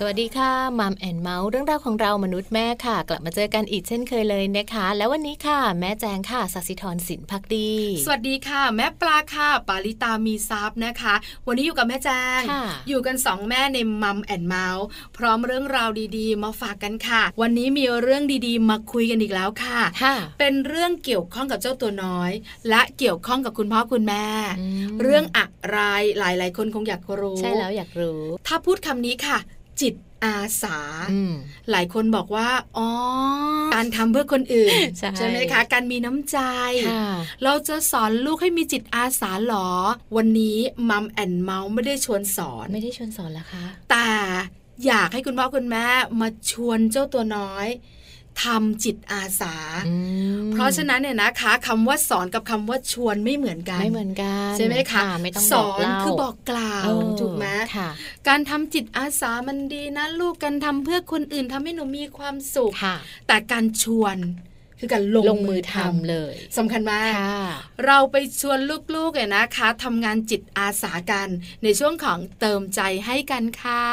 สวัสดีค่ะมัมแอนเมาส์เรื่องราวของเรามนุษย์แม่ค่ะ กลับมาเจอกันอีกเช่นเคยเลยนะคะ แล้ววันนี้ค่ะแม่แจงค่ะสัสิธรสินพักดี สวัสดีค่ะ แม่ปลาค่ะ ปาริตามีซับนะคะ วันนี้อยู่กับแม่แจง ค่ะ อยู่กันสองแม่ในมัมแอนเมาส์พร้อมเรื่องราวดีๆ มาฝากกันค่ะ วันนี้มีเรื่องดีๆ มาคุยกันอีกแล้วค่ะ ค่ะ เป็นเรื่องเกี่ยวข้องกับเจ้าตัวน้อย และเกี่ยวข้องกับคุณพ่อคุณแม่ ม เรื่องอะไรหลายๆ คนคงอยากรู้ ใช่แล้วอยากรู้ ถ้าพูดคำนี้ค่ะ จิตอาสา อืม หลายคนบอกว่า อ๋อ การทำเพื่อคนอื่น ใช่ ไหมคะ การมีน้ำใจ ค่ะ เราจะสอนลูกให้มีจิตอาสาหรอ วันนี้มัมแอนเมาส์ไม่ได้ชวนสอน ไม่ได้ชวนสอนละคะ แต่อยากให้คุณพ่อคุณแม่มาชวนเจ้าตัวน้อยทำจิตอาสา อืม เพราะฉะนั้นเนี่ยนะคะคำว่าสอนกับคำว่าชวนไม่เหมือนกัน ไม่เหมือนกัน ใช่ไหมคะ ไม่ต้อง ส บ อก น เล่า คือบอกกล่าว เออ ถูกไหม ค่ะ การทำจิตอาสามันดีนะ ลูกกันทำเพื่อคนอื่นทำให้หนูมีความสุข ค่ะ แต่การชวนคือการลง ลงมือทำเลย สำคัญมาก ค่ะ เราไปชวนลูกๆเนี่ยนะคะทำงานจิตอาสากัน ในช่วงของเติมใจให้กันค่ะ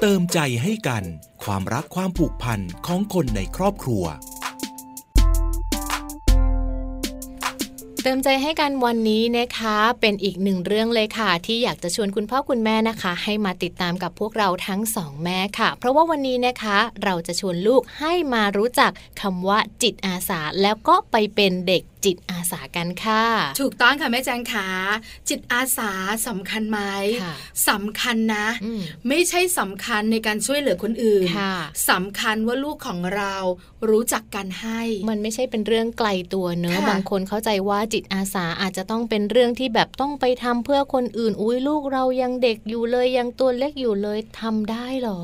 เติมใจให้กัน ความรักความผูกพันของคนในครอบครัว เติมใจให้กันวันนี้นะคะ เป็นอีกหนึ่งเรื่องเลยค่ะ ที่อยากจะชวนคุณพ่อคุณแม่นะคะ ให้มาติดตามกับพวกเราทั้งสองแม่ค่ะ เพราะว่าวันนี้นะคะ เราจะชวนลูกให้มารู้จักคำว่าจิตอาสา แล้วก็ไปเป็นเด็กจิตอาสากันค่ะ ถูกต้องค่ะแม่แจงขาจิตอาสาสำคัญไหม ค่ะ สำคัญนะ อืม ไม่ใช่สำคัญในการช่วยเหลือคนอื่น ค่ะ สำคัญว่าลูกของเรารู้จักการให้ มันไม่ใช่เป็นเรื่องไกลตัวเนอะ ค่ะ บางคนเข้าใจว่าจิตอาสาอาจจะต้องเป็นเรื่องที่แบบต้องไปทำเพื่อคนอื่น อุ้ยลูกเรายังเด็กอยู่เลยยังตัวเล็กอยู่เลยทำได้เหรอ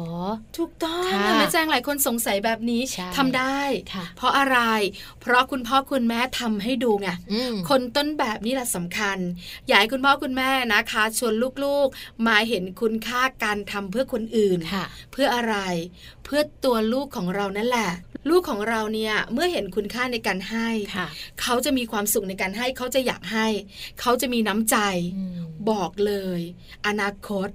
ถูกต้อง ค่ะ ค่ะแม่แจงหลายคนสงสัยแบบนี้ ใช่ ทำได้ ค่ะ เพราะอะไร เพราะคุณพ่อคุณแม่ทำให้ดูไง อืม คนต้นแบบนี่แหละสำคัญ อยากให้คุณพ่อคุณแม่นะคะ ชวนลูกๆ มาเห็นคุณค่าการทำเพื่อคนอื่น ค่ะ เพื่ออะไร เพื่อตัวลูกของเรานั่นแหละ ลูกของเราเนี่ยเมื่อเห็นคุณค่าในการให้ ค่ะ เขาจะมีความสุขในการให้ เขาจะอยากให้ เขาจะมีน้ำใจ บอกเลย อนาคต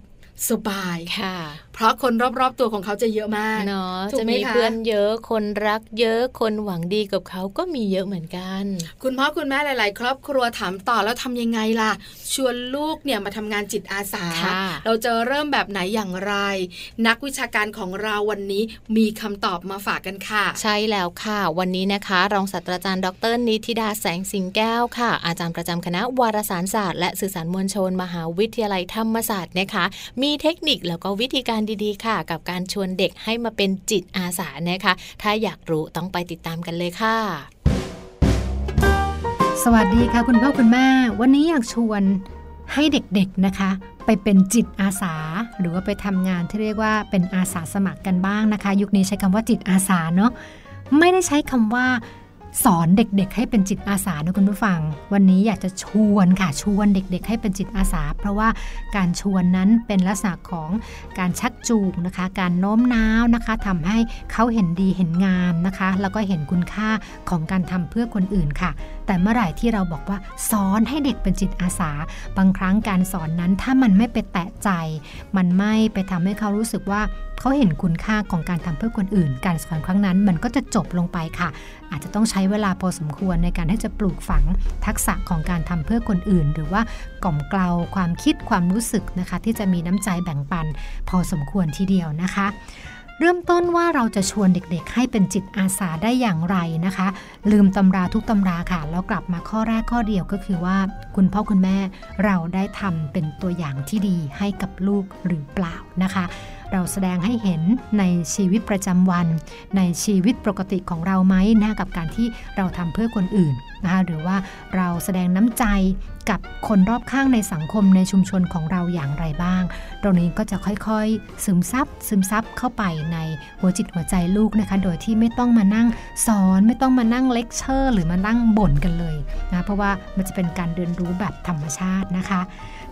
สบาย ค่ะ เพราะคนรอบๆตัวของเขาจะเยอะมาก เนาะ ถูก จะ ไหม มี คะ เพื่อนเยอะ คนรักเยอะ คนหวังดีกับเขาก็มีเยอะเหมือนกัน คุณพ่อคุณแม่หลาย ๆ ครอบครัวถามต่อแล้วทำยังไงล่ะ ชวนลูกเนี่ยมาทำงานจิตอาสา ค่ะ เราจะเริ่มแบบไหนอย่างไร นักวิชาการของเราวันนี้มีคำตอบมาฝากกันค่ะ ใช่แล้วค่ะ วันนี้นะคะ รองศาสตราจารย์ดรนิติดาแสงสิงแก้วค่ะ อาจารย์ประจำคณะวารสารศาสตร์และสื่อสารมวลชน มหาวิทยาลัยธรรมศาสตร์นะคะ มีเทคนิคแล้วก็วิธีการดีๆค่ะ กับการชวนเด็กให้มาเป็นจิตอาสานะคะ ถ้าอยากรู้ต้องไปติดตามกันเลยค่ะ สวัสดีค่ะคุณพ่อคุณแม่ วันนี้อยากชวนให้เด็กๆนะคะ ไปเป็นจิตอาสา หรือว่าไปทำงานที่เรียกว่าเป็นอาสาสมัครกันบ้างนะคะ ยุคนี้ใช้คำว่าจิตอาสาเนาะไม่ได้ใช้คำว่า สอนเด็กๆ ให้เป็นจิตอาสานะคุณผู้ฟัง วันนี้อยากจะชวนค่ะชวนเด็ก ๆ ให้เป็นจิตอาสา เพราะว่าการชวนนั้นเป็นลักษณะของการชักจูงนะคะ การโน้มน้าวนะคะทำให้เขาเห็นดีเห็นงามนะคะ แล้วก็เห็นคุณค่าของการทำเพื่อคนอื่นค่ะ แต่เมื่อไหร่ที่เราบอกว่าสอนให้เด็กเป็นจิตอาสา บางครั้งการสอนนั้นถ้ามันไม่ไปแตะใจ มันไม่ไปทำให้เขารู้สึกว่าเขาเห็นคุณค่าของการทำเพื่อคนอื่น การสอนครั้งนั้นมันก็จะจบลงไปค่ะ อาจจะต้องใช้เวลาพอสมควรในการที่จะปลูกฝังทักษะของการทำเพื่อคนอื่น หรือว่ากล่อมเกลาความคิดความรู้สึกนะคะ ที่จะมีน้ำใจแบ่งปัน พอสมควรทีเดียวนะคะ เริ่มต้นว่าเราจะชวนเด็กๆ ให้เป็นจิตอาสาได้อย่างไรนะคะ ลืมตำราทุกตำราค่ะ แล้วกลับมาข้อแรกข้อเดียวก็คือว่า คุณพ่อคุณแม่เราได้ทำเป็นตัวอย่างที่ดีให้กับลูกหรือเปล่านะคะ เราแสดงให้เห็นในชีวิตประจำวัน ในชีวิตปกติของเราไหมนะกับการที่เราทำเพื่อคนอื่นนะคะหรือว่าเราแสดงน้ำใจกับคนรอบข้างในสังคมในชุมชนของเราอย่างไรบ้าง ตรงนี้ก็จะค่อยๆ ซึมซับซึมซับเข้าไปในหัวจิตหัวใจลูกนะคะ โดยที่ไม่ต้องมานั่งสอนไม่ต้องมานั่งเลคเชอร์ หรือมานั่งบ่นกันเลยนะเพราะว่ามันจะเป็นการเรียนรู้แบบธรรมชาตินะคะ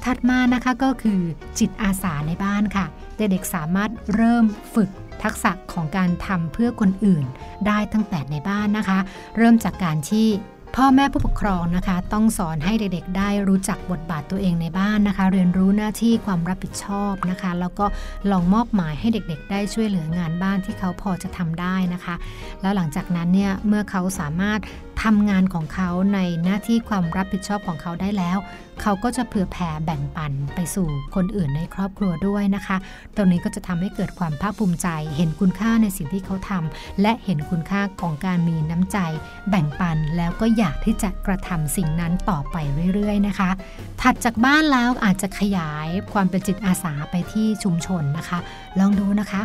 ถัดมานะคะก็คือจิตอาสาในบ้านค่ะ เด็กๆสามารถเริ่มฝึกทักษะของการทำเพื่อคนอื่นได้ตั้งแต่ในบ้านนะคะ เริ่มจากการที่ พ่อแม่ผู้ปกครองนะคะ ต้องสอนให้เด็กๆ ได้รู้จักบทบาทตัวเองในบ้านนะคะ เรียนรู้หน้าที่ความรับผิดชอบนะคะ แล้วก็ลองมอบหมายให้เด็กๆ ได้ช่วยเหลืองานบ้านที่เขาพอจะทำได้นะคะ แล้วหลังจากนั้นเนี่ยเมื่อเขาสามารถทำงานของเขาในหน้าที่ความรับผิดชอบของเขาได้แล้ว เขาก็จะเผื่อแผ่แบ่งปันไปสู่คนอื่นในครอบครัวด้วยนะคะ ตรงนี้ก็จะทำให้เกิดความภาคภูมิใจ เห็นคุณค่าในสิ่งที่เขาทำและเห็นคุณค่าของการมีน้ำใจ แบ่งปันแล้วก็อยากที่จะกระทำสิ่งนั้นต่อไปเรื่อยๆนะคะ ถัดจากบ้านแล้วอาจจะขยายความเป็นจิตอาสาไปที่ชุมชนนะคะ ลองดูนะคะ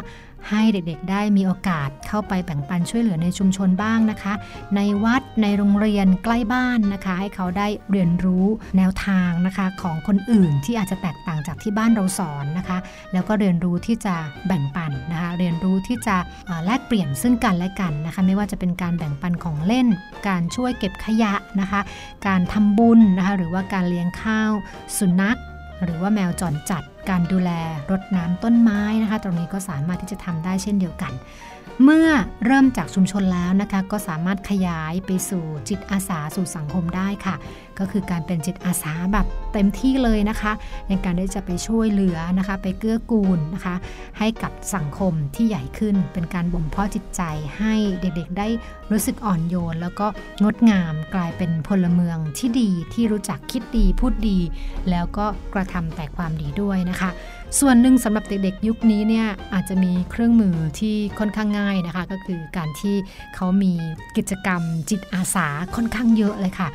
ให้เด็กๆ ได้มีโอกาสเข้าไปแบ่งปันช่วยเหลือในชุมชนบ้างนะคะ ในวัดในโรงเรียนใกล้บ้านนะคะ ให้เขาได้เรียนรู้แนวทางนะคะของคนอื่นที่อาจจะแตกต่างจากที่บ้านเราสอนนะคะ แล้วก็เรียนรู้ที่จะแบ่งปันนะคะ เรียนรู้ที่จะเอ่อแลกเปลี่ยนซึ่งกันและกันนะคะ ไม่ว่าจะเป็นการแบ่งปันของเล่น การช่วยเก็บขยะนะคะ การทำบุญนะคะ หรือว่าการเลี้ยงข้าว สุนัข หรือว่าแมวจรจัด การดูแลรดน้ำต้นไม้นะคะ ตรงนี้ก็สามารถที่จะทำได้เช่นเดียวกัน เมื่อเริ่มจากชุมชนแล้วนะคะ ก็สามารถขยายไปสู่จิตอาสาสู่สังคมได้ค่ะ ก็คือการเป็นจิตอาสาแบบเต็มที่เลยนะคะ ในการที่จะไปช่วยเหลือนะคะ ไปเกื้อกูลนะคะ ให้กับสังคมที่ใหญ่ขึ้น เป็นการบ่มเพาะจิตใจให้เด็กๆ ได้รู้สึกอ่อนโยน แล้วก็งดงามกลายเป็นพลเมืองที่ดีที่รู้จักคิดดีพูดดี แล้วก็กระทำแต่ความดีด้วยนะคะ ส่วนหนึ่งสำหรับเด็กๆ ยุคนี้เนี่ยอาจจะมีเครื่องมือที่ค่อนข้างง่ายนะคะ ก็คือการที่เขามีกิจกรรมจิตอาสาค่อนข้างเยอะเลยค่ะ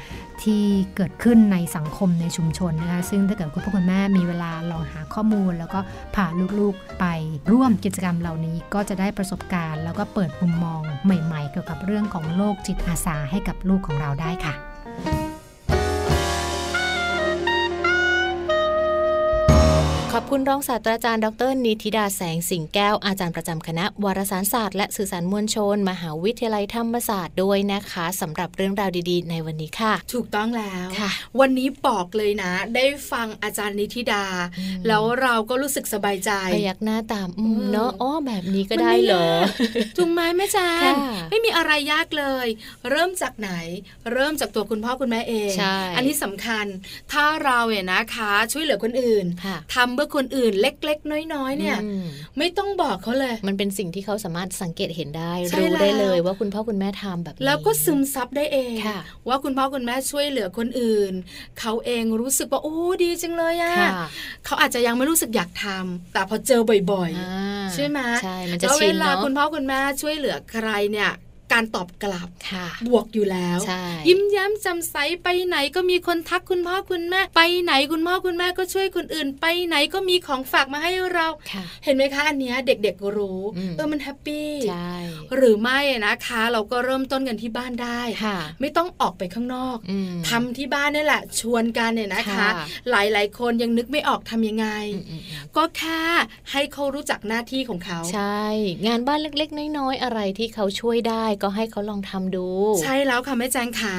ที่เกิดขึ้นในสังคมในชุมชนนะคะ ซึ่งถ้าเกิดคุณพ่อคุณแม่มีเวลาลองหาข้อมูล แล้วก็พาลูกๆไปร่วมกิจกรรมเหล่านี้ก็จะได้ประสบการณ์ แล้วก็เปิดมุมมองใหม่ๆ เกี่ยวกับเรื่องของโลกจิตอาสาให้กับลูกของเราได้ค่ะ ขอบคุณรองศาสตราจารย์ดรนิติดาแสงสิงแก้วอาจารย์ประจำคณะ วารสารศาสตร์และสื่อสารมวลชน มหาวิทยาลัยธรรมศาสตร์ด้วยนะคะสำหรับเรื่องราวดีๆ ในวันนี้ค่ะ ถูกต้องแล้ว ค่ะ วันนี้บอกเลยนะ ได้ฟังอาจารย์นิธิดา แล้วเราก็รู้สึกสบายใจ พยักหน้าตามอืม เออ เนาะอ๋อแบบนี้ก็ได้เหรอ ถูกไหมแม่จาน ค่ะ ไม่มีอะไรยากเลย เริ่มจากไหน เริ่มจากตัวคุณพ่อคุณแม่เอง ใช่ อันนี้สำคัญ ถ้าเราเนี่ยนะคะ ช่วยเหลือคนอื่น ค่ะ ทำเพื่อคนอื่นเล็กๆ น้อยๆเนี่ย อืม ไม่ต้องบอกเขาเลย มันเป็นสิ่งที่เขาสามารถสังเกตเห็นได้ ใช่ รู้ได้ แล้ว เลยว่าคุณพ่อคุณแม่ทำแบบนี้ แล้วก็ซึมซับได้เอง ค่ะ ว่าคุณพ่อคุณแม่ช่วยเหลือคนอื่น เขาเองรู้สึกว่าโอ้ดีจังเลยอะ ค่ะ เขาอาจจะยังไม่รู้สึกอยากทำแต่พอเจอบ่อย อ่า ๆ ใช่ไหม ใช่มันจะ แล้ว ชิ เวน ลา เนาะ คุณพ่อคุณแม่ช่วยเหลือใครเนี่ย การตอบกลับ ค่ะ บวกอยู่แล้ว ใช่ ยิ้มแย้มจำใสไปไหนก็มีคนทักคุณพ่อคุณแม่ ไปไหนคุณพ่อคุณแม่ก็ช่วยคนอื่น ไปไหนก็มีของฝากมาให้เรา ค่ะ เห็นไหมคะอันเนี้ยเด็กๆรู้ อืม เออมันแฮปปี้ ใช่ หรือไม่นะคะ เราก็เริ่มต้นกันที่บ้านได้ ค่ะ ไม่ต้องออกไปข้างนอก อืม ทำที่บ้านนี่แหละ ชวนกันเนี่ยนะคะ ค่ะ หลายๆ คนยังนึกไม่ออกทำยังไง อืมอืมอืม ก็แค่ให้เขารู้จักหน้าที่ของเขา ใช่ งานบ้านเล็กๆ น้อยๆ อะไรที่เขาช่วยได้ก็ให้เขาลองทำดู ใช่แล้วค่ะแม่แจงขา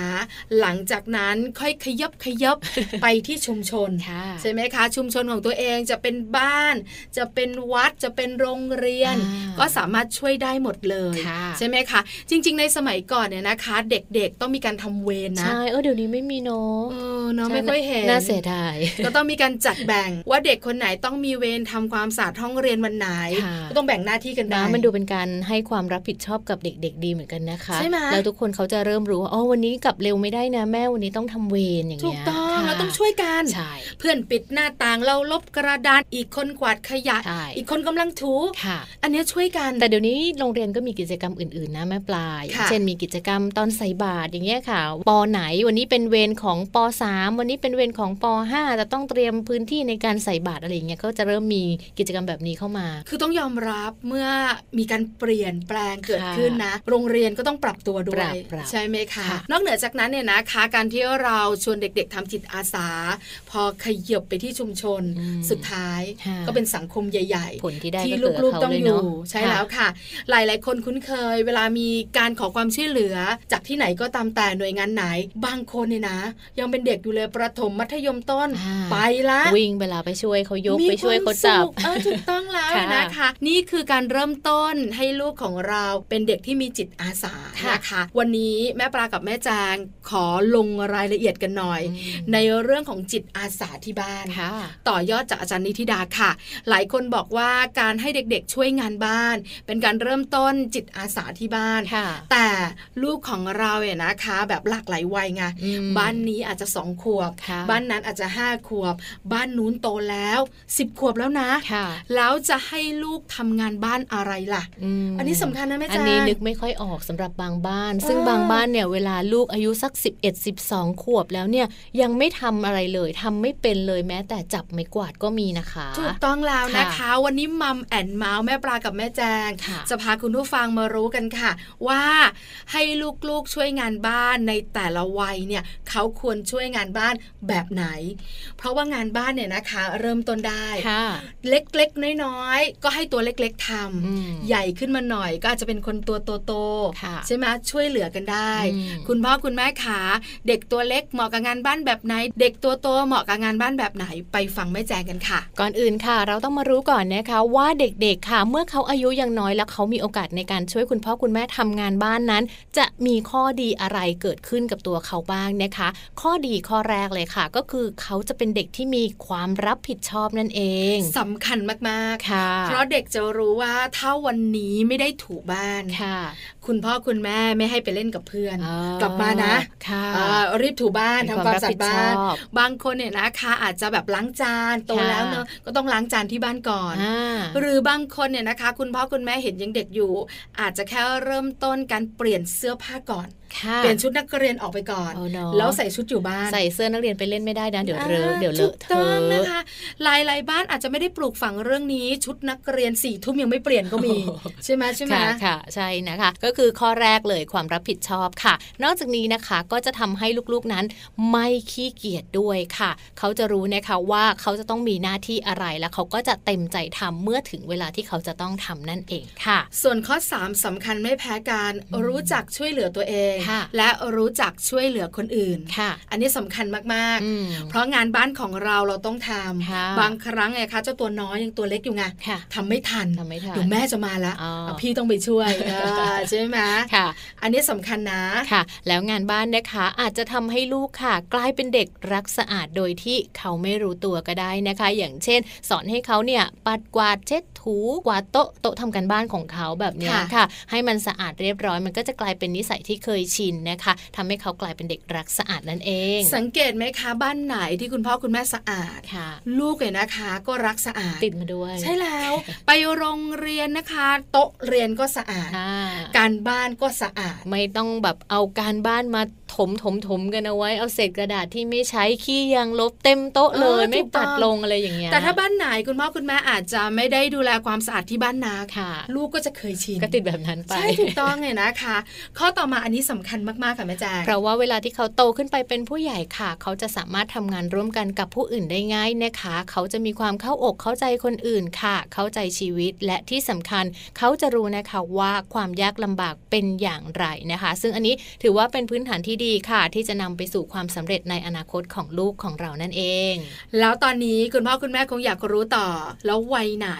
หลังจากนั้นค่อยขยับข ยับ ไปที่ชุมชน ค่ะ ใช่ไหมคะ ชุมชนของตัวเองจะเป็นบ้าน จะเป็นวัดจะเป็นโรงเรียน อ่า ก็สามารถช่วยได้หมดเลย ค่ะ ใช่ไหมคะจริง ๆ ในสมัยก่อนเนี่ยนะคะ เด็กๆต้องมีการทำเวรนะ ใช่เออเดี๋ยวนี้ไม่มีเนาะ เออเนาะ ใช่ ไม่ค่อยเห็น น่าเสียดาย ก็ต้องมีการจัดแบ่งว่าเด็กคนไหนต้องมีเวรทำความสะอาดห้องเรียนวันไหน ค่ะ ก็ต้องแบ่งหน้าที่กันไป นะมันดูเป็นการให้ความรับผิดชอบกับเด็ก ๆ ดีเหมือนกันนะคะ ใช่ไหม แล้วทุกคนเขาจะเริ่มรู้ว่าอ๋อวันนี้กลับเร็วไม่ได้นะแม่วันนี้ต้องทำเวรอย่าง ถู เงี้ ก ย ต้อง ค่ะ เราต้องช่วยกัน ใช่ เพื่อนปิดหน้าต่างเราลบกระดานอีกคนกวาดขยะ ใช่ อีกคนกำลังถู ค่ะ อันเนี้ยช่วยกัน แต่เดี๋ยวนี้โรงเรียนก็มีกิจกรรมอื่นๆนะแม่ปลาย ค่ะ เช่นมีกิจกรรมตอนใส่บาตรอย่างเงี้ยค่ะปอไหนวันนี้เป็นเวรของปสามวันนี้เป็นเวรของปห้าจะต้องเตรียมพื้นที่ในการใส่บาตรอะไรอย่างเงี้ยก็จะเริ่มมีกิจกรรมแบบนี้เข้ามา คือต้องยอมรับเมื่อมีการเปลี่ยนแปลงเกิด ค่ะ ขึ้นนะ โรงเรียนก็ต้องปรับตัวด้ว ปรั ย บปรับ ใช่ไหมคะ ค่ะ นอกเหนือจากนั้นเนี่ยนะคะการที่เราชวนเด็กๆทำจิตอาสา พอขยับไปที่ชุมชน อืม สุดท้าย ค่ะ ก็เป็นสังคมใหญ่ ๆ ผลที่ได้ ที่ ก็ ลู ลู ก ก ๆ ๆ ต้ ต้ อ อง งออยู่ ยู่ ใช่แล้วค่ะ หลายๆ คนคุ้นเคย เวลามีการขอความช่วยเหลือ จากที่ไหนก็ตามแต่หน่วยงานไหน บางคนเนี่ยนะ ยังเป็นเด็กอยู่เลยประถมมัธยมต้น ไปละ วิ่งเวลาไปช่วยเขายก มี ไปช่วยเขาจับ ความสุขเออถูกต้องแล้ว ค่ะ นะคะ นี่คือการเริ่มต้นให้ลูกของเราเป็นเด็กที่มีจิตอา อาสา ค่ะ นะคะ วันนี้แม่ปลากับแม่แจงขอลงรายละเอียดกันหน่อย อืม ในเรื่องของจิตอาสาที่บ้าน ค่ะ ต่อยอดจากอาจารย์นิธิดาค่ะ หลายคนบอกว่าการให้เด็กๆช่วยงานบ้าน เป็นการเริ่มต้นจิตอาสาที่บ้าน ค่ะ แต่ลูกของเราเนี่ยนะคะ แบบหลากหลายวัยไง อืม บ้านนี้อาจจะสองขวบ ค่ะ บ้านนั้นอาจจะห้าขวบ บ้านนู้นโตแล้วสิบขวบแล้วนะ ค่ะ แล้วจะให้ลูกทำงานบ้านอะไรล่ะ ม อันนี้สำคัญนะแม่ อัน จาง นี้นึกไม่ค่อยออกสำหรับบางบ้าน ซึ่ง เออ บางบ้านเนี่ยเวลาลูกอายุสัก 11 12 ขวบแล้วเนี่ยยังไม่ทำอะไรเลยทำไม่เป็นเลยแม้แต่จับไม้กวาดก็มีนะคะ ถูกต้องแล้ว ค่ะ นะคะ วันนี้มัมแอนเมาส์แม่ปลากับแม่แจง ค่ะ จะพาคุณผู้ฟังมารู้กันค่ะ ว่าให้ลูกๆช่วยงานบ้านในแต่ละวัยเนี่ยเขาควรช่วยงานบ้านแบบไหน เพราะว่างานบ้านเนี่ยนะคะ เริ่มต้นได้ ค่ะ เล็กๆ น้อยๆ ก็ให้ตัวเล็กๆทำ อืม ใหญ่ขึ้นมาหน่อยก็อาจจะเป็นคนตัวโต ค่ะ ๆใช่ไหมช่วยเหลือกันได้ อืม คุณพ่อคุณแม่ขาเด็กตัวเล็กเหมาะกับงานบ้านแบบไหน เด็กตัวโตเหมาะกับงานบ้านแบบไหนไปฟังแม่แจงกันค่ะ ก่อนอื่นค่ะ เราต้องมารู้ก่อนนะคะ ว่าเด็กๆค่ะ เมื่อเขาอายุยังน้อยแล้วเขามีโอกาสในการช่วยคุณพ่อคุณแม่ทำงานบ้านนั้น จะมีข้อดีอะไรเกิดขึ้นกับตัวเขาบ้างนะคะ ข้อดีข้อแรกเลยค่ะ ก็คือเขาจะเป็นเด็กที่มีความรับผิดชอบนั่นเอง สำคัญมากๆ ค่ะ เพราะเด็กจะรู้ว่าถ้าวันนี้ไม่ได้ถูบ้าน ค่ะ คุณพ่อคุณแม่ไม่ให้ไปเล่นกับเพื่อน อ่าก ลับมานะ ค่ะ เอ่อรีบถูบ้านทำความสะอาดบ้าน มีความรับผิดชอ บางคนเนี่ยนะคะอาจจะแบบล้างจานโต ค่ะ แล้วเนอะก็ต้องล้างจานที่บ้านก่อน อ่า หรือบางคนเนี่ยนะคะ คุณพ่อคุณแม่เห็นยังเด็กอยู่ อาจจะแค่เริ่มต้นการเปลี่ยนเสื้อผ้าก่อน ค่ะ เปลี่ยนชุดนักเรียนออกไปก่อน เอาเนอะ แล้วใส่ชุดอยู่บ้าน ใส่เสื้อนักเรียนไปเล่นไม่ได้นะเดี๋ยวเลอะ อ่า เดี๋ยวเล ถู อะ ก เท ต้ อ องนะ ะ คะหลายหลายๆบ้านอาจจะไม่ได้ปลูกฝังเรื่องนี้ ชุดนักเรียนสี่ทุ่มยังไม่เปลี่ยนก็มี โอ้โห ใช่ไหมใช่ไหม ค่ะค่ะใช่นะคะ ก็คือข้อแรกเลยความรับผิดชอบค่ะ นอกจากนี้นะคะก็จะทำให้ลูกๆนั้นไม่ขี้เกียจด้วยค่ะ เขาจะรู้นะคะว่าเขาจะต้องมีหน้าที่อะไรแล้วเขาก็จะเต็มใจทำเมื่อถึงเวลาที่เขาจะต้องทำนั่นเองค่ะ ส่วนข้อ 3สำคัญไม่แพ้การ อืม รู้จักช่วยเหลือตัวเอง ค่ะ และรู้จักช่วยเหลือคนอื่น ค่ะ อันนี้สำคัญมาก อืม ๆ เพราะงานบ้านของเราเราต้องทำ ค่ะ บางครั้งไงคะเจ้าตัวน้อยยังตัวเล็กอยู่ไง ค่ะ ทำไม่ทัน ทำไม่ทัน เดี๋ยวแม่จะมาละ อ๋อ เอาพี่ต้องไปช่วย เออใช่ไหม ค่ะ อันนี้สำคัญนะ ค่ะแล้วงานบ้านนะคะอาจจะทำให้ลูกค่ะ กลายเป็นเด็กรักสะอาดโดยที่เขาไม่รู้ตัวก็ได้นะคะ อย่างเช่น สอนให้เขาเนี่ยปัดกวาดเช็ดถูกวาดโต๊ะโต๊ะทำการบ้านของเขาแบบเนี้ย ค่ะ ค่ะ ให้มันสะอาดเรียบร้อย มันก็จะกลายเป็นนิสัยที่เคยชินนะคะทำให้เขากลายเป็นเด็กรักสะอาดนั่นเอง สังเกตไหมคะบ้านไหนที่คุณพ่อคุณแม่สะอาด ค่ะ ลูกเนี่ยนะคะ ก็รักสะอาด ติดมาด้วย ใช่แล้ว ไปโรงเรียนนะคะ โต๊ะเรียนก็สะอาด ค่ะ การบ้านก็สะอาด ไม่ต้องแบบเอาการบ้านมาถมถมถมกันเอาไว้เอาเศษกระดาษที่ไม่ใช้ขี้ยังลบเต็มโต๊ะเลย เออ ไม่ ถูกต้ ปั อง ดลงอะไรอย่างเงี้ย แต่ถ้าบ้านไหนคุณพ่อคุณแม่อาจจะไม่ได้ดูแลความสะอาดที่บ้านนา ค่ะ ลูกก็จะเคยชิน ก็ติดแบบนั้นไป ใช่ถูกต้องเลยนะคะ ข้อต่อมาอันนี้สำคัญมากๆค่ะแม่แจง เพราะว่าเวลาที่เขาโตขึ้นไปเป็นผู้ใหญ่ค่ะ เขาจะสามารถทำงานร่วมกันกับผู้อื่นได้ง่ายนะคะ เขาจะมีความเข้าอกเข้าใจคนอื่นค่ะ เข้าใจชีวิตและที่สำคัญ เขาจะรู้นะคะว่าความยากลำบากเป็นอย่างไรนะคะ ซึ่งอันนี้ถือว่าเป็นพื้นฐานที่ดีค่ะ ที่จะนำไปสู่ความสำเร็จในอนาคตของลูกของเรานั่นเอง แล้วตอนนี้คุณพ่อคุณแม่คงอยากรู้ต่อ แล้ววัยไหน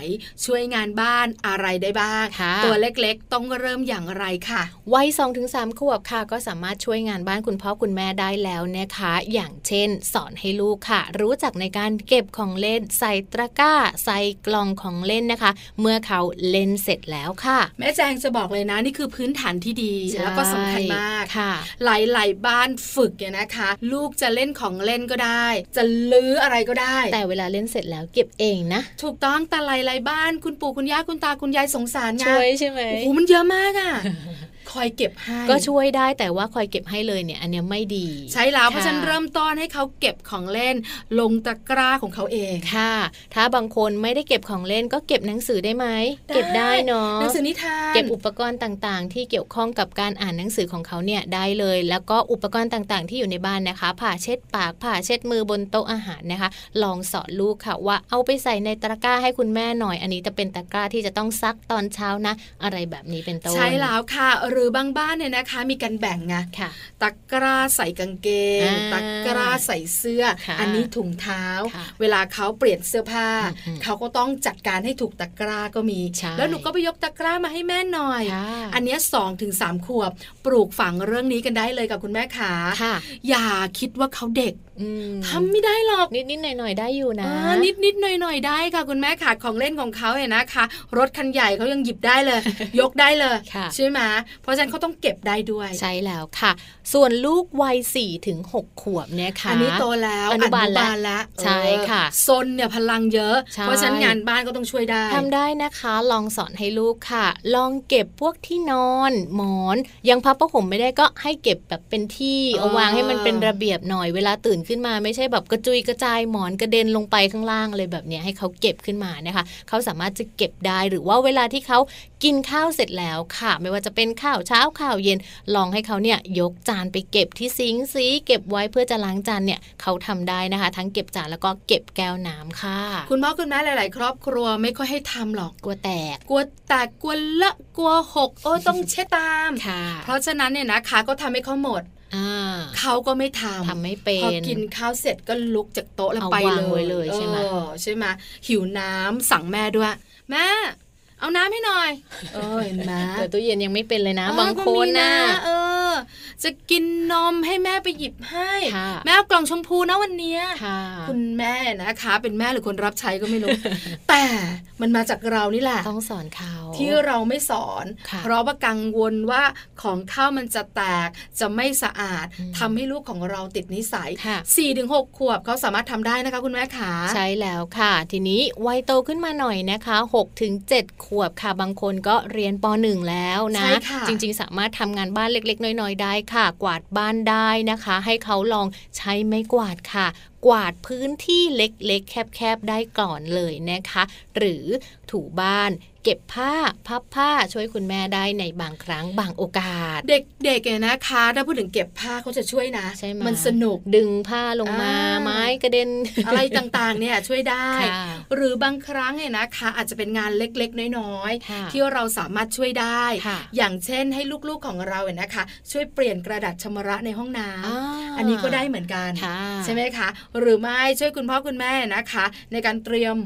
ช่วยงานบ้านอะไรได้บ้าง ค่ะ ตัวเล็กๆ ต้องเริ่มอย่างไรค่ะ วัย2-3ถึงขวบค่ะ ก็สามารถช่วยงานบ้านคุณพ่อคุณแม่ได้แล้วนะคะ อย่างเช่น สอนให้ลูกค่ะ รู้จักในการเก็บของเล่น ใส่ตะกร้า ใส่กล่องของเล่นนะคะ เมื่อเขาเล่นเสร็จแล้วค่ะ แม่แจงจะบอกเลยนะนี่คือพื้นฐานที่ดีแล้วก็สำคัญมาก ค่ะ หลายๆบ้านฝึกเนี่ยนะคะ ลูกจะเล่นของเล่นก็ได้ จะลื้ออะไรก็ได้ แต่เวลาเล่นเสร็จแล้วเก็บเองนะ ถูกต้องแต่หลายๆบ้านคุณปู่คุณย่าคุณตาคุณยายสงสารไง ช่วยใช่ไหม โอ้โหมันเยอะมากอะ่ะ คอยเก็บให้ ก็ช่วยได้แต่ว่าคอยเก็บให้เลยเนี่ย อันเนี้ยไม่ดี ใช้แล้ว ค่ะ เพราะฉะนันเริ่มต้นให้เขาเก็บของเล่น ลงตะกร้าของเขาเอง ค่ะ ถ้าบางคนไม่ได้เก็บของเล่นก็เก็บหนังสือได้ไหม เก็บได้เนาะ หนังสือนิทาน เก็บอุปกรณ์ต่างๆ ที่เกี่ยวข้องกับการอ่านหนังสือของเขาเนี่ยได้เลย แล้วก็อุปกรณ์ต่างๆ ที่อยู่ในบ้านนะคะผ้าเช็ดปากผ้าเช็ดมือบนโต๊ะอาหารนะคะ ลองสอนลูกค่ะว่าเอาไปใส่ในตะกร้าให้คุณแม่หน่อย อันนี้จะเป็นตะกร้าที่จะต้องซักตอนเช้านะ อะไรแบบนี้เป็นต้น ใช่แล้วค่ะ หรื รือบางบ้านเนี่ยนะคะ มีการแบ่งไง ค่ะ ตะกร้าใส่กางเกง อ่า ตะกร้าใส่เสื้อ ค่ะ อันนี้ถุงเท้า ค่ะ เวลาเขาเปลี่ยนเสื้อผ้า อืม เขาก็ต้องจัดการให้ถูกตะกร้าก็มี ใช่ แล้วหนูก็ไปยกตะกร้ามาให้แม่หน่อย ค่ะ อันเนี้สองถึงสามขวบ ปลูกฝังเรื่องนี้กันได้เลยกับคุณแม่ขา ค่ะ อย่าคิดว่าเขาเด็ก อืม ทำไม่ได้หรอก นิดนิดๆหน่อยหน่อยๆได้อยู่นะ นิดนิดๆหน่อยหน่อยๆได้ค่ะคุณแม่ค่ะของเล่นของเขาเนี่ยนะคะ รถคันใหญ่เขายังหยิบได้เลย ยกได้เลย ค่ะ ใช่ไหมเพราะฉะนั้นเขาต้องเก็บได้ด้วย ใช่แล้วค่ะ ส่วนลูกวัย4ี่ถึงหขวบเนี่ยค่ะ อันนี้โตแล้ว อนุบาลแล้ว แล้ว ใช่ค่ะ ซนเนี่ยพลังเยอะ ใช่ เพราะฉะนั้นงานบ้านก็ต้องช่วยได้ ทำได้นะคะ ลองสอนให้ลูกค่ะ ลองเก็บพวกที่นอนหมอน ยังพับผ้าห่มไม่ได้ก็ให้เก็บแบบเป็นที่ เออ เอาวางให้มันเป็นระเบียบหน่อยเวลาตื่นขึ้นมาไม่ใช่แบบกระจุยกระจายหมอนกระเด็นลงไปข้างล่างอะไรแบบเนี้ยให้เขาเก็บขึ้นมานะคะ เขาสามารถจะเก็บได้หรือว่าเวลาที่เขากินข้าวเสร็จแล้วค่ะ ไม่ว่าจะเป็นข้าวเช้าข้าวเย็น ลองให้เขาเนี่ยยกจานไปเก็บที่ซิงค์ซีเก็บไว้เพื่อจะล้างจานเนี่ยเขาทำได้นะคะ ทั้งเก็บจานแล้วก็เก็บแก้วน้ำค่ะ คุณพ่อคุณแม่หลาย ๆ ครอบครัวไม่ค่อยให้ทำหรอก กลัวแตก กลัวแตกกลัวเลอะกลัวหกโอ้ต้องเช็ดตาม ค่ะ เพราะฉะนั้นเนี่ยนะคะก็ทำให้เขาหมด อ่า เขาก็ไม่ ทำไม่เป็ พอน กินข้าวเสร็จก็ลุกจากโต๊ะแล้ว เอา ไป วาง เลย ไว้เลยใช่ไหม ออใช่ไหมหิวน้ำสั่งแม่ด้วย แม่ เอาน้ำให้หน่อย เออเห็นไหม เปิดตู้เย็นยังไม่เป็นเลยเออบนะางคน ก็มี นะ เออ จะกินนมให้แม่ไปหยิบให้ ค่ะ แม่เอากล่องชมพูนะวันเนี้ย ค่ะ คุณแม่นะคะ เป็นแม่หรือคนรับใช้ก็ไม่รู้ แต่มันมาจากเรานี่แหละ ต้องสอนเขา ที่เราไม่สอน ค่ะ เพราะว่ากังวลว่าของข้าวมันจะแตกจะไม่สะอาด อืม ทำให้ลูกของเราติดนิสัย ค่ะ 4-6ถึงขวบเขาสามารถทำได้นะคะคุณแม่ขา ใช่แล้วค่ะ ทีนี้วัยโตขึ้นมาหน่อยนะคะ6ถึง7ขวบค่ะ บางคนก็เรียนป .1 แล้วนะ ใช่ค่ะ จริงๆ สามารถทำงานบ้านเล็กๆ น้อยๆ ได้ค่ะ กวาดบ้านได้นะคะ ให้เขาลองใช้ไม้กวาดค่ะ กวาดพื้นที่เล็กๆ แคบๆ ได้ก่อนเลยนะคะ หรือถูบ้าน เก็บผ้าพับผ้าช่วยคุณแม่ได้ในบางครั้งบางโอกาส เด็กๆเนี่ยนะคะ ถ้าพูดถึงเก็บผ้าเขาจะช่วยนะ ใช่ไหม มันสนุก ดึงผ้าลงมา อ่า ไม้กระเด็น อะไรต่างๆ เนี่ยช่วยได้ ค่ะ หรือบางครั้งเนี่ยนะคะ อาจจะเป็นงานเล็กๆ น้อย ค่ะ ๆ ที่เราสามารถช่วยได้ ค่ะ อย่างเช่นให้ลูกๆของเราเนี่ยนะคะ ช่วยเปลี่ยนกระดาษชำระในห้องน้ อ่า ำอันนี้ก็ได้เหมือนกัน ค่ะ ใช่ไหมคะ หรือไม่ช่วยคุณพ่อคุณแม่นะคะ ในการเตรียม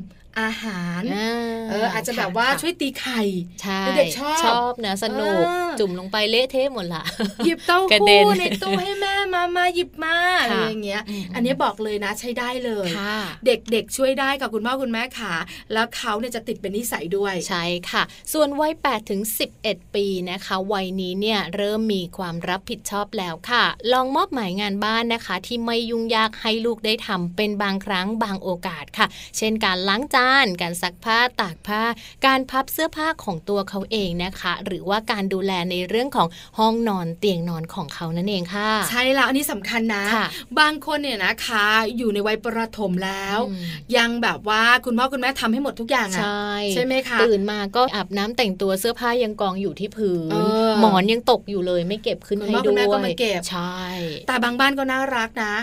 อาหาร อ่า เอออาจจะแบบว่า ค่ะ ช่วยตีไข่ ใช่ เด็กชอบ ชอบนะสนุก เออ จุ่มลงไปเละเทะหมดละ หยิบเต้าก ระเด็ ู้ น ในตู้ให้แม่มามาหยิบมาอะไรอย่างเงี้ย อืม อันนี้บอกเลยนะใช้ได้เลย ค่ะ เด็กๆช่วยได้กับคุณพ่อคุณแม่ค่ะ แล้วเขาเนี่ยจะติดเป็นนิสัยด้วย ใช่ค่ะ ส่วนวัย8ถึง11 ปีนะคะ วัยนี้เนี่ยเริ่มมีความรับผิดชอบแล้วค่ะ ลองมอบหมายงานบ้านนะคะ ที่ไม่ยุ่งยากให้ลูกได้ทำเป็นบางครั้งบางโอกาสค่ะ เช่นการล้างจาน การซักผ้าตากผ้า การพับเสื้อผ้าของตัวเขาเองนะคะ หรือว่าการดูแลในเรื่องของห้องนอนเตียงนอนของเขานั่นเองค่ะ ใช่แล้วอันนี้สำคัญนะ ค่ะ บางคนเนี่ยนะคะ อยู่ในวัยประถมแล้ว อืม ยังแบบว่าคุณพ่อคุณแม่ทำให้หมดทุกอย่าง ใช่อะใช่ไหมคะ ตื่นมาก็อาบน้ำแต่งตัวเสื้อผ้ายังกองอยู่ที่พื้น เออ หมอนยังตกอยู่เลยไม่เก็บขึ้น คุณ ให้ พ่อคุ ด้ ณ ว แม่ ย ก็มาเก็บ ใช่ แต่บางบ้านก็น่ารักนะ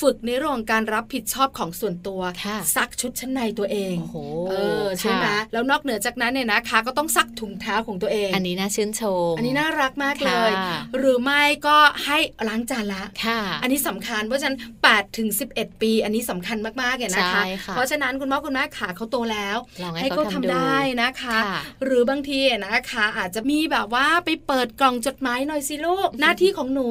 ฝึกในเรื่องของการรับผิดชอบของส่วนตัว ค่ะ ซักชุดชั้นในตัวเอง โอ้โห เออใช่ไหม ค่ะ แล้วนอกเหนือจากนั้นเนี่ยนะคะ ก็ต้องซักถุงเท้าของตัวเอง อันนี้น่าชื่นชม อันนี้น่ารักมาก ค่ะ เลย หรือไม่ก็ให้ล้างจานละ ค่ะ อันนี้สำคัญเพราะฉะนั้น8ถึง11 ปี อันนี้สำคัญมากๆเลยนะคะ ใช่ค่ะ เพราะฉะนั้นคุณพ่อคุณแม่ขาเขาโตแล้ว ลองให้ ให้ เขา เขา ทำ ทำ ดู ได้นะคะ ค่ะ หรือบางทีนะคะ อาจจะมีแบบว่าไปเปิดกล่องจดหมายหน่อยสิลูก หน้าที่ของหนู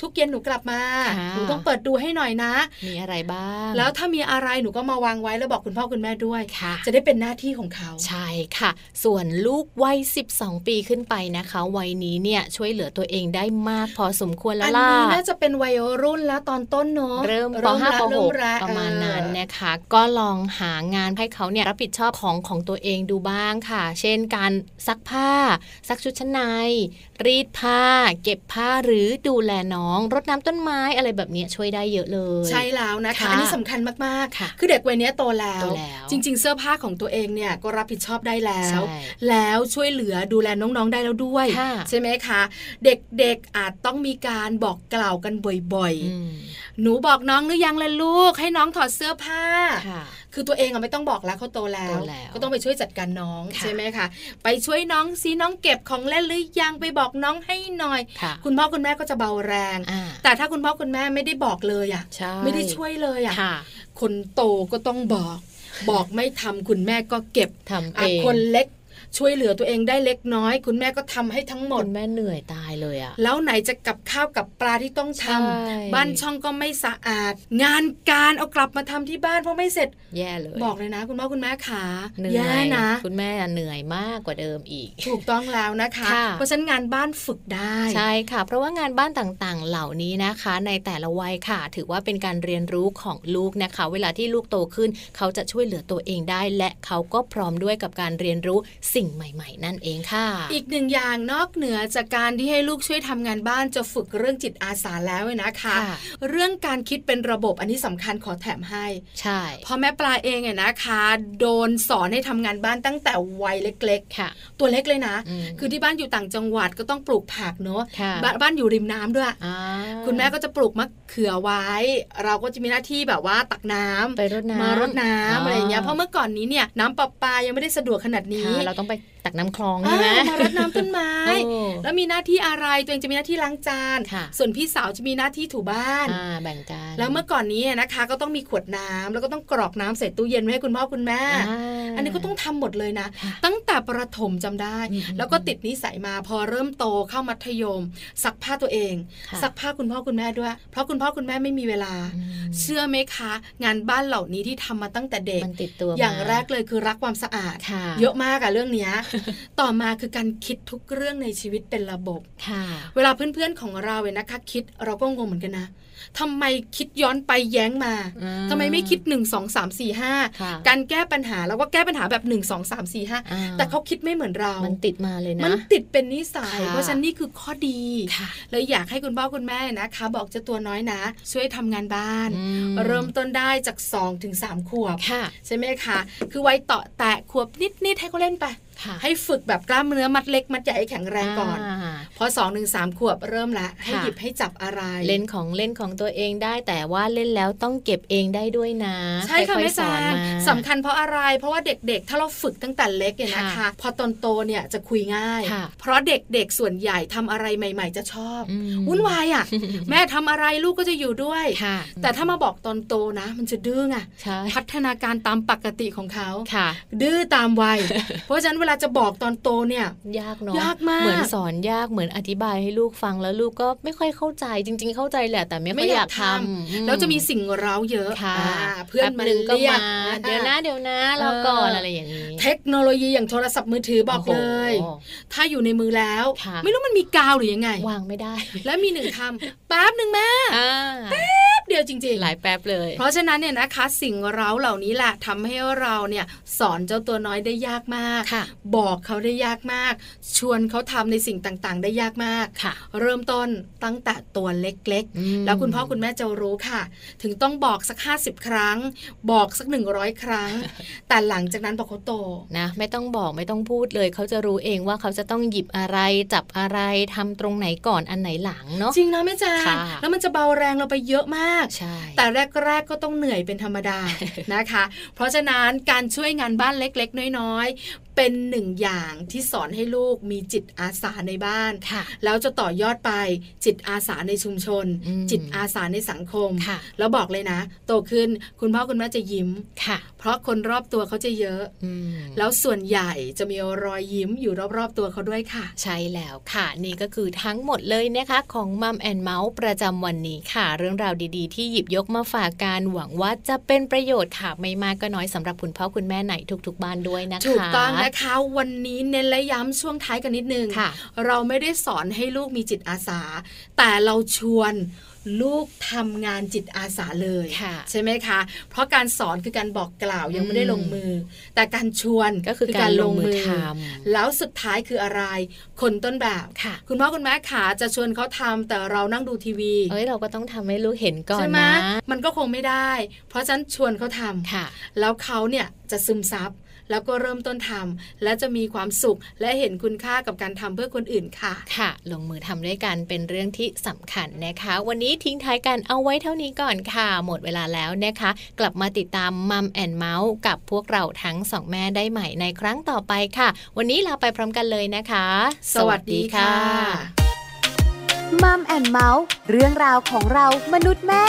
ทุกเย็นหนูกลับมา ค่ะ หนูต้องเปิดดูให้หน่อยนะ มีอะไรบ้าง แล้วถ้ามีอะไรหนูก็มาวางไว้แล้วบอกคุณพ่อคุณแม่ด้วย ค่ะ จะได้เป็นหน้าที่ของเขา ใช่ค่ะ ส่วนลูกวัย 12 ปีขึ้นไปนะคะ วัยนี้เนี่ยช่วยเหลือตัวเองได้มากพอสมควรแล้ อั วน ล่ะ นี้น่าจะเป็นวัยรุ่นแล้วตอนต้นเนาะ เริ่มป ละ .5 ป เมล .6 ประมาณนั้นนะคะ ก็ลองหางานให้เขาเนี่ยรับผิดชอบของของตัวเองดูบ้างค่ะ เช่นการซักผ้า ซักชุดชั้นใน รีดผ้า เก็บผ้าหรือดูแลน้อง รดน้ำต้นไม้อะไรแบบเนี้ยช่วยได้เยอะเลย ใช่แล้วนะคะ ค่ะ อันนี้สำคัญมากๆ ค่ะ อเด็กวัยเนี้ยโตแล้ว โตแล้ว จริง ๆ เสื้อผ้าของตัวเองเนี่ยก็รับผิดชอบได้แล้ว ใช่ แล้วช่วยเหลือดูแลน้องๆได้แล้วด้วย ค่ะ ใช่ไหมคะ เด็กๆอาจต้องมีการบอกกล่าวกันบ่อย อืม ๆ หนูบอกน้องหรือยังล่ะลูก ให้น้องถอดเสื้อผ้า ค่ะ คือตัวเองอะไม่ต้องบอกแล้วเขาโตแล้ว โตแล้ว ก็ต้องไปช่วยจัดการน้อง ค่ะ ใช่ไหมคะไปช่วยน้องซีน้องเก็บของเล่นหรือยังไปบอกน้องให้หน่อย ค่ะ คุณพ่อคุณแม่ก็จะเบาแรง อ่า แต่ถ้าคุณพ่อคุณแม่ไม่ได้บอกเลยอะ ใช่ ไม่ได้ช่วยเลยอะ ค่ะ คนโตก็ต้องบอก บอกไม่ทำคุณแม่ก็เก็บ ทำเอ อะ ง คนเล็กช่วยเหลือตัวเองได้เล็กน้อย คุณแม่ก็ทำให้ทั้งหม คุ ด ณแม่เหนื่อยตายเลยอ่ะ แล้วไหนจะกับข้าวกับปลาที่ต้องทำ ใช่ บ้านช่องก็ไม่สะอาด งานการเอากลับมาทำที่บ้านเพราะไม่เสร็จ แย่เลย บอกเลยนะ คุณพ่อคุณแม่ขา เหนื่อ แย่ ย นะ คุณแม่เหนื่อยมากกว่าเดิมอีก ถูกต้องแล้วนะคะ ค่ะ เพราะฉะนั้นงานบ้านฝึกได้ ใช่ค่ะ เพราะว่างานบ้านต่างๆ เหล่านี้นะคะ ในแต่ละวัยค่ะ ถือว่าเป็นการเรียนรู้ของลูกนะคะ เวลาที่ลูกโตขึ้น เขาจะช่วยเหลือตัวเองได้ และเขาก็พร้อมด้วยกับการเรียนรู้สิ่งใหม่ ๆ นั่นเองค่ะ อีกหนึ่งอย่างนอกเหนือจากการที่ให้ลูกช่วยทำงานบ้านจะฝึกเรื่องจิตอาสาแล้วเนี่ยนะคะ ค่ะ เรื่องการคิดเป็นระบบอันนี้สำคัญขอแถมให้ ใช่ เพอแม่ปลาเองเนี่ยนะคะ โดนสอนให้ทำงานบ้านตั้งแต่วัยเล็ก ค่ะ ๆ ตัวเล็กเลยนะ ม คือที่บ้านอยู่ต่างจังหวัดก็ต้องปลูกผักเนอะ ค่ะ บ้านบ้านอยู่ริมน้ำด้วย อ่า คุณแม่ก็จะปลูกมะเขือไว้ เราก็จะมีหน้าที่แบบว่าตักน้ำ ไปรดน้ำ มารดน้ำอะไรอย่างเงี้ยเพราะเมื่อก่อนนี้เนี่ยน้ำประปายังไม่ได้สะดวกขนาดนี้ ค่ะเราต้องไปตักน้ำคลอง เอ ใช่ไหม อมารดน้ำต้นไม้ โอ้ แล้วมีหน้าที่อะไรตัวเองจะมีหน้าที่ล้างจาน ค่ะ ส่วนพี่สาวจะมีหน้าที่ถูบ้าน อ่าแบ่งกัน แล้วเมื่อก่อนนี้นะคะ ก็ต้องมีขวดน้ำแล้วก็ต้องกรอกน้ำใส่ตู้เย็นไว้ให้คุณพ่อคุณแม่ อ่า อันนี้ก็ต้องทำหมดเลยนะ ค่ะ ตั้งแต่ประถมจำได้ อืม แล้วก็ติดนิสัยมาพอเริ่มโตเข้ามัธยมซักผ้าตัวเอง ค่ะ ซักผ้าคุณพ่อคุณแม่ด้วย เพราะคุณพ่อคุณแม่ไม่มีเวลา อืม เชื่อไหมคะ งานบ้านเหล่านี้ที่ทำมาตั้งแต่เด็ก มันติดตัวม อย่างแรกเลยคือรักความสะอาด ค่ะ เยอะมากอะเรื่องเนี้ย ต่อมาคือการคิดทุกเรื่องในชีวิตเป็นระบบ ค่ะ เวลาเพื่อนๆของเราเนี่ยนะคะ คิดเราก็งงเหมือนกันนะทำไมคิดย้อนไปแย้งมา อื ทำไมไม่คิด 1 2 3 4 5 ค่ะ การแก้ปัญหาเราก็แก้ปัญหาแบบ 1 2 3 4 5 อ่ แต่เขาคิดไม่เหมือนเรา มันติดมาเลยนะ มันติดเป็นนิสัย ค่ะ เพราะฉะนั้นนี่คือข้อดี ค่ะ เลยอยากให้คุณพ่อคุณแม่นะคะ บอกเจ้าตัวน้อยนะ ช่วยทำงานบ้าน อื เริ่มต้นได้จาก2ถึง3ขวบ ค่ะ ใช่ไหมคะ คือวัยเตาะแตะขวบนิดๆให้เขาเล่นไป ค่ะ ให้ฝึกแบบกล้ามเนื้อมัดเล็กมัดใหญ่ให้แข็งแรงก่อน า พอสองหนึ่งสามขวบเริ่มละให้ ค่ะ หยิบให้จับอะไร เล่นของเล่นของตัวเองได้ แต่ว่าเล่นแล้วต้องเก็บเองได้ด้วยนะ ใช่ค่ะ อยๆ แม่ ส จา อน ง มา สำคัญเพราะอะไร เพราะว่าเด็กๆ ถ้าเราฝึกตั้งแต่เล็กเนี่ยนะคะ ค่ะ พอตอนโตเนี่ยจะคุยง่าย ค่ะ เพราะเด็กๆส่วนใหญ่ทำอะไรใหม่ ๆ จะชอบ อืม วุ่นวาย อ่ะ แม่ทำอะไรลูกก็จะอยู่ด้วย ค่ะ แต่ถ้ามาบอกตอนโตนะ มันจะดื้อไง ใช่ พัฒนาการตามปกติของเขา ค่ะ ดื้อตาม วัย เพราะฉะนั้นเวลาจะบอกตอนโตเนี่ย ยากเนาะ ยากมาก เหมือนสอนยากเหมือนอธิบายให้ลูกฟังแล้วลูกก็ไม่ค่อยเข้าใจจริง ๆ เข้าใจแหละ แต่ไม่ค่อย ไม่ออายยาก กทำทำอื แล้วจะมีสิ่งเร้าเยอะ ค่ะ อ่าเพื่อน แป๊บมัน หนึ่งก็ เรีย มาก อ่า เดี๋ยวนะเดี๋ยวนะเรา เออ ก่อนอะไรอย่างนี้ เทคโนโลยีอย่างโทรศัพท์มือถือบอก โโห เลย ถ้าอยู่ในมือแล้ว ค่ะ ไม่รู้มันมีกาวหรือยังไง วางไม่ได้ และมีหนึ่งคำ แป๊บหนึ่งแม่ อ่า แป๊บเดียวจริง หลายแป๊บเลย ๆ เพราะฉะนั้นเนี่ยนะคะสิ่งเร้าเหล่านี้แหละทำให้เราเนี่ยสอนเจ้าตัวน้อยได้ยากมาก ค่ะ บอกเขาได้ยากมาก ชวนเขาทำในสิ่งต่างๆ ได้ยากมาก ค่ะ เริ่มต้นตั้งแต่ตัวเล็ก อืม ๆ แล้วคุณพ่อคุณแม่จะรู้ค่ะ ถึงต้องบอกสัก 50 ครั้ง บอกสัก 100 ค รั้ง แต่หลังจากนั้นพอเขาโต นะไม่ต้องบอกไม่ต้องพูดเลย เขาจะรู้เองว่าเขาจะต้องหยิบอะไร จับอะไรทำตรงไหนก่อนอันไหนหลังเนาะ จริงนะแม่จาง ค่ะ แล้วมันจะเบาแรงเราไปเยอะมาก ใช่ แต่แรก ๆ ก็ต้องเหนื่อยเป็นธรรม ดา นะคะ เพราะฉะนั้นการช่วยงานบ้านเล็ก ๆ น้อย ๆ เป็นหนึ่งอย่างที่สอนให้ลูกมีจิตอาสาในบ้าน ค่ะ แล้วจะต่อยอดไปจิตอาสาในชุมชน อืม จิตอาสาในสังคม ค่ะ แล้วบอกเลยนะ โตขึ้นคุณพ่อคุณแม่จะยิ้ม ค่ะ เพราะคนรอบตัวเขาจะเยอะ อืม แล้วส่วนใหญ่จะมีรอยยิ้มอยู่รอบๆตัวเขาด้วยค่ะ ใช่แล้วค่ะ นี่ก็คือทั้งหมดเลยนะคะ ของมัมแอนเมาส์ประจำวันนี้ค่ะ เรื่องราวดีๆ ที่หยิบยกมาฝากกันหวังว่าจะเป็นประโยชน์ค่ะ ไม่มากก็น้อยสำหรับคุณพ่อคุณแม่ไหนทุก ๆ บ้านด้วยนะคะ ถูกต้องนะคะ วันนี้เน้นและย้ำช่วงท้ายกันนิดนึง ค่ะ เราไม่ได้สอนให้ลูกมีจิตอาสา แต่เราชวนลูกทำงานจิตอาสาเลย ค่ะ ใช่ไหมคะ เพราะการสอนคือการบอกกล่าวยัอืมงไม่ได้ลงมือ แต่การชวน ก็คือการลงมือท แล้วสุดท้ายคืออะไร คนต้นแบบ ำค่ะ คุณพ่อคุณแม่ขาจะชวนเขาทำแต่เรานั่งดูทีวี เอ้ยเราก็ต้องทำให้ลูกเห็นก่อน ใช่ไหม นะ มันก็คงไม่ได้ เพราะฉะนันชวนเขาทำ ค่ะ แล้วเขาเนี่ยจะซึมซับ แล้วก็เริ่มต้นทำและจะมีความสุขและเห็นคุณค่ากับการทำเพื่อคนอื่นค่ะ ค่ะ ลงมือทำด้วยกันเป็นเรื่องที่สำคัญนะคะ วันนี้ทิ้งท้ายกันเอาไว้เท่านี้ก่อนค่ะ หมดเวลาแล้วนะคะ กลับมาติดตามมัมแอนเมาส์กับพวกเราทั้งสองแม่ได้ใหม่ในครั้งต่อไปค่ะ วันนี้ลาไปพร้อมกันเลยนะคะ สวัสดีค่ะ มัมแอนเมาส์เรื่องราวของเรามนุษย์แม่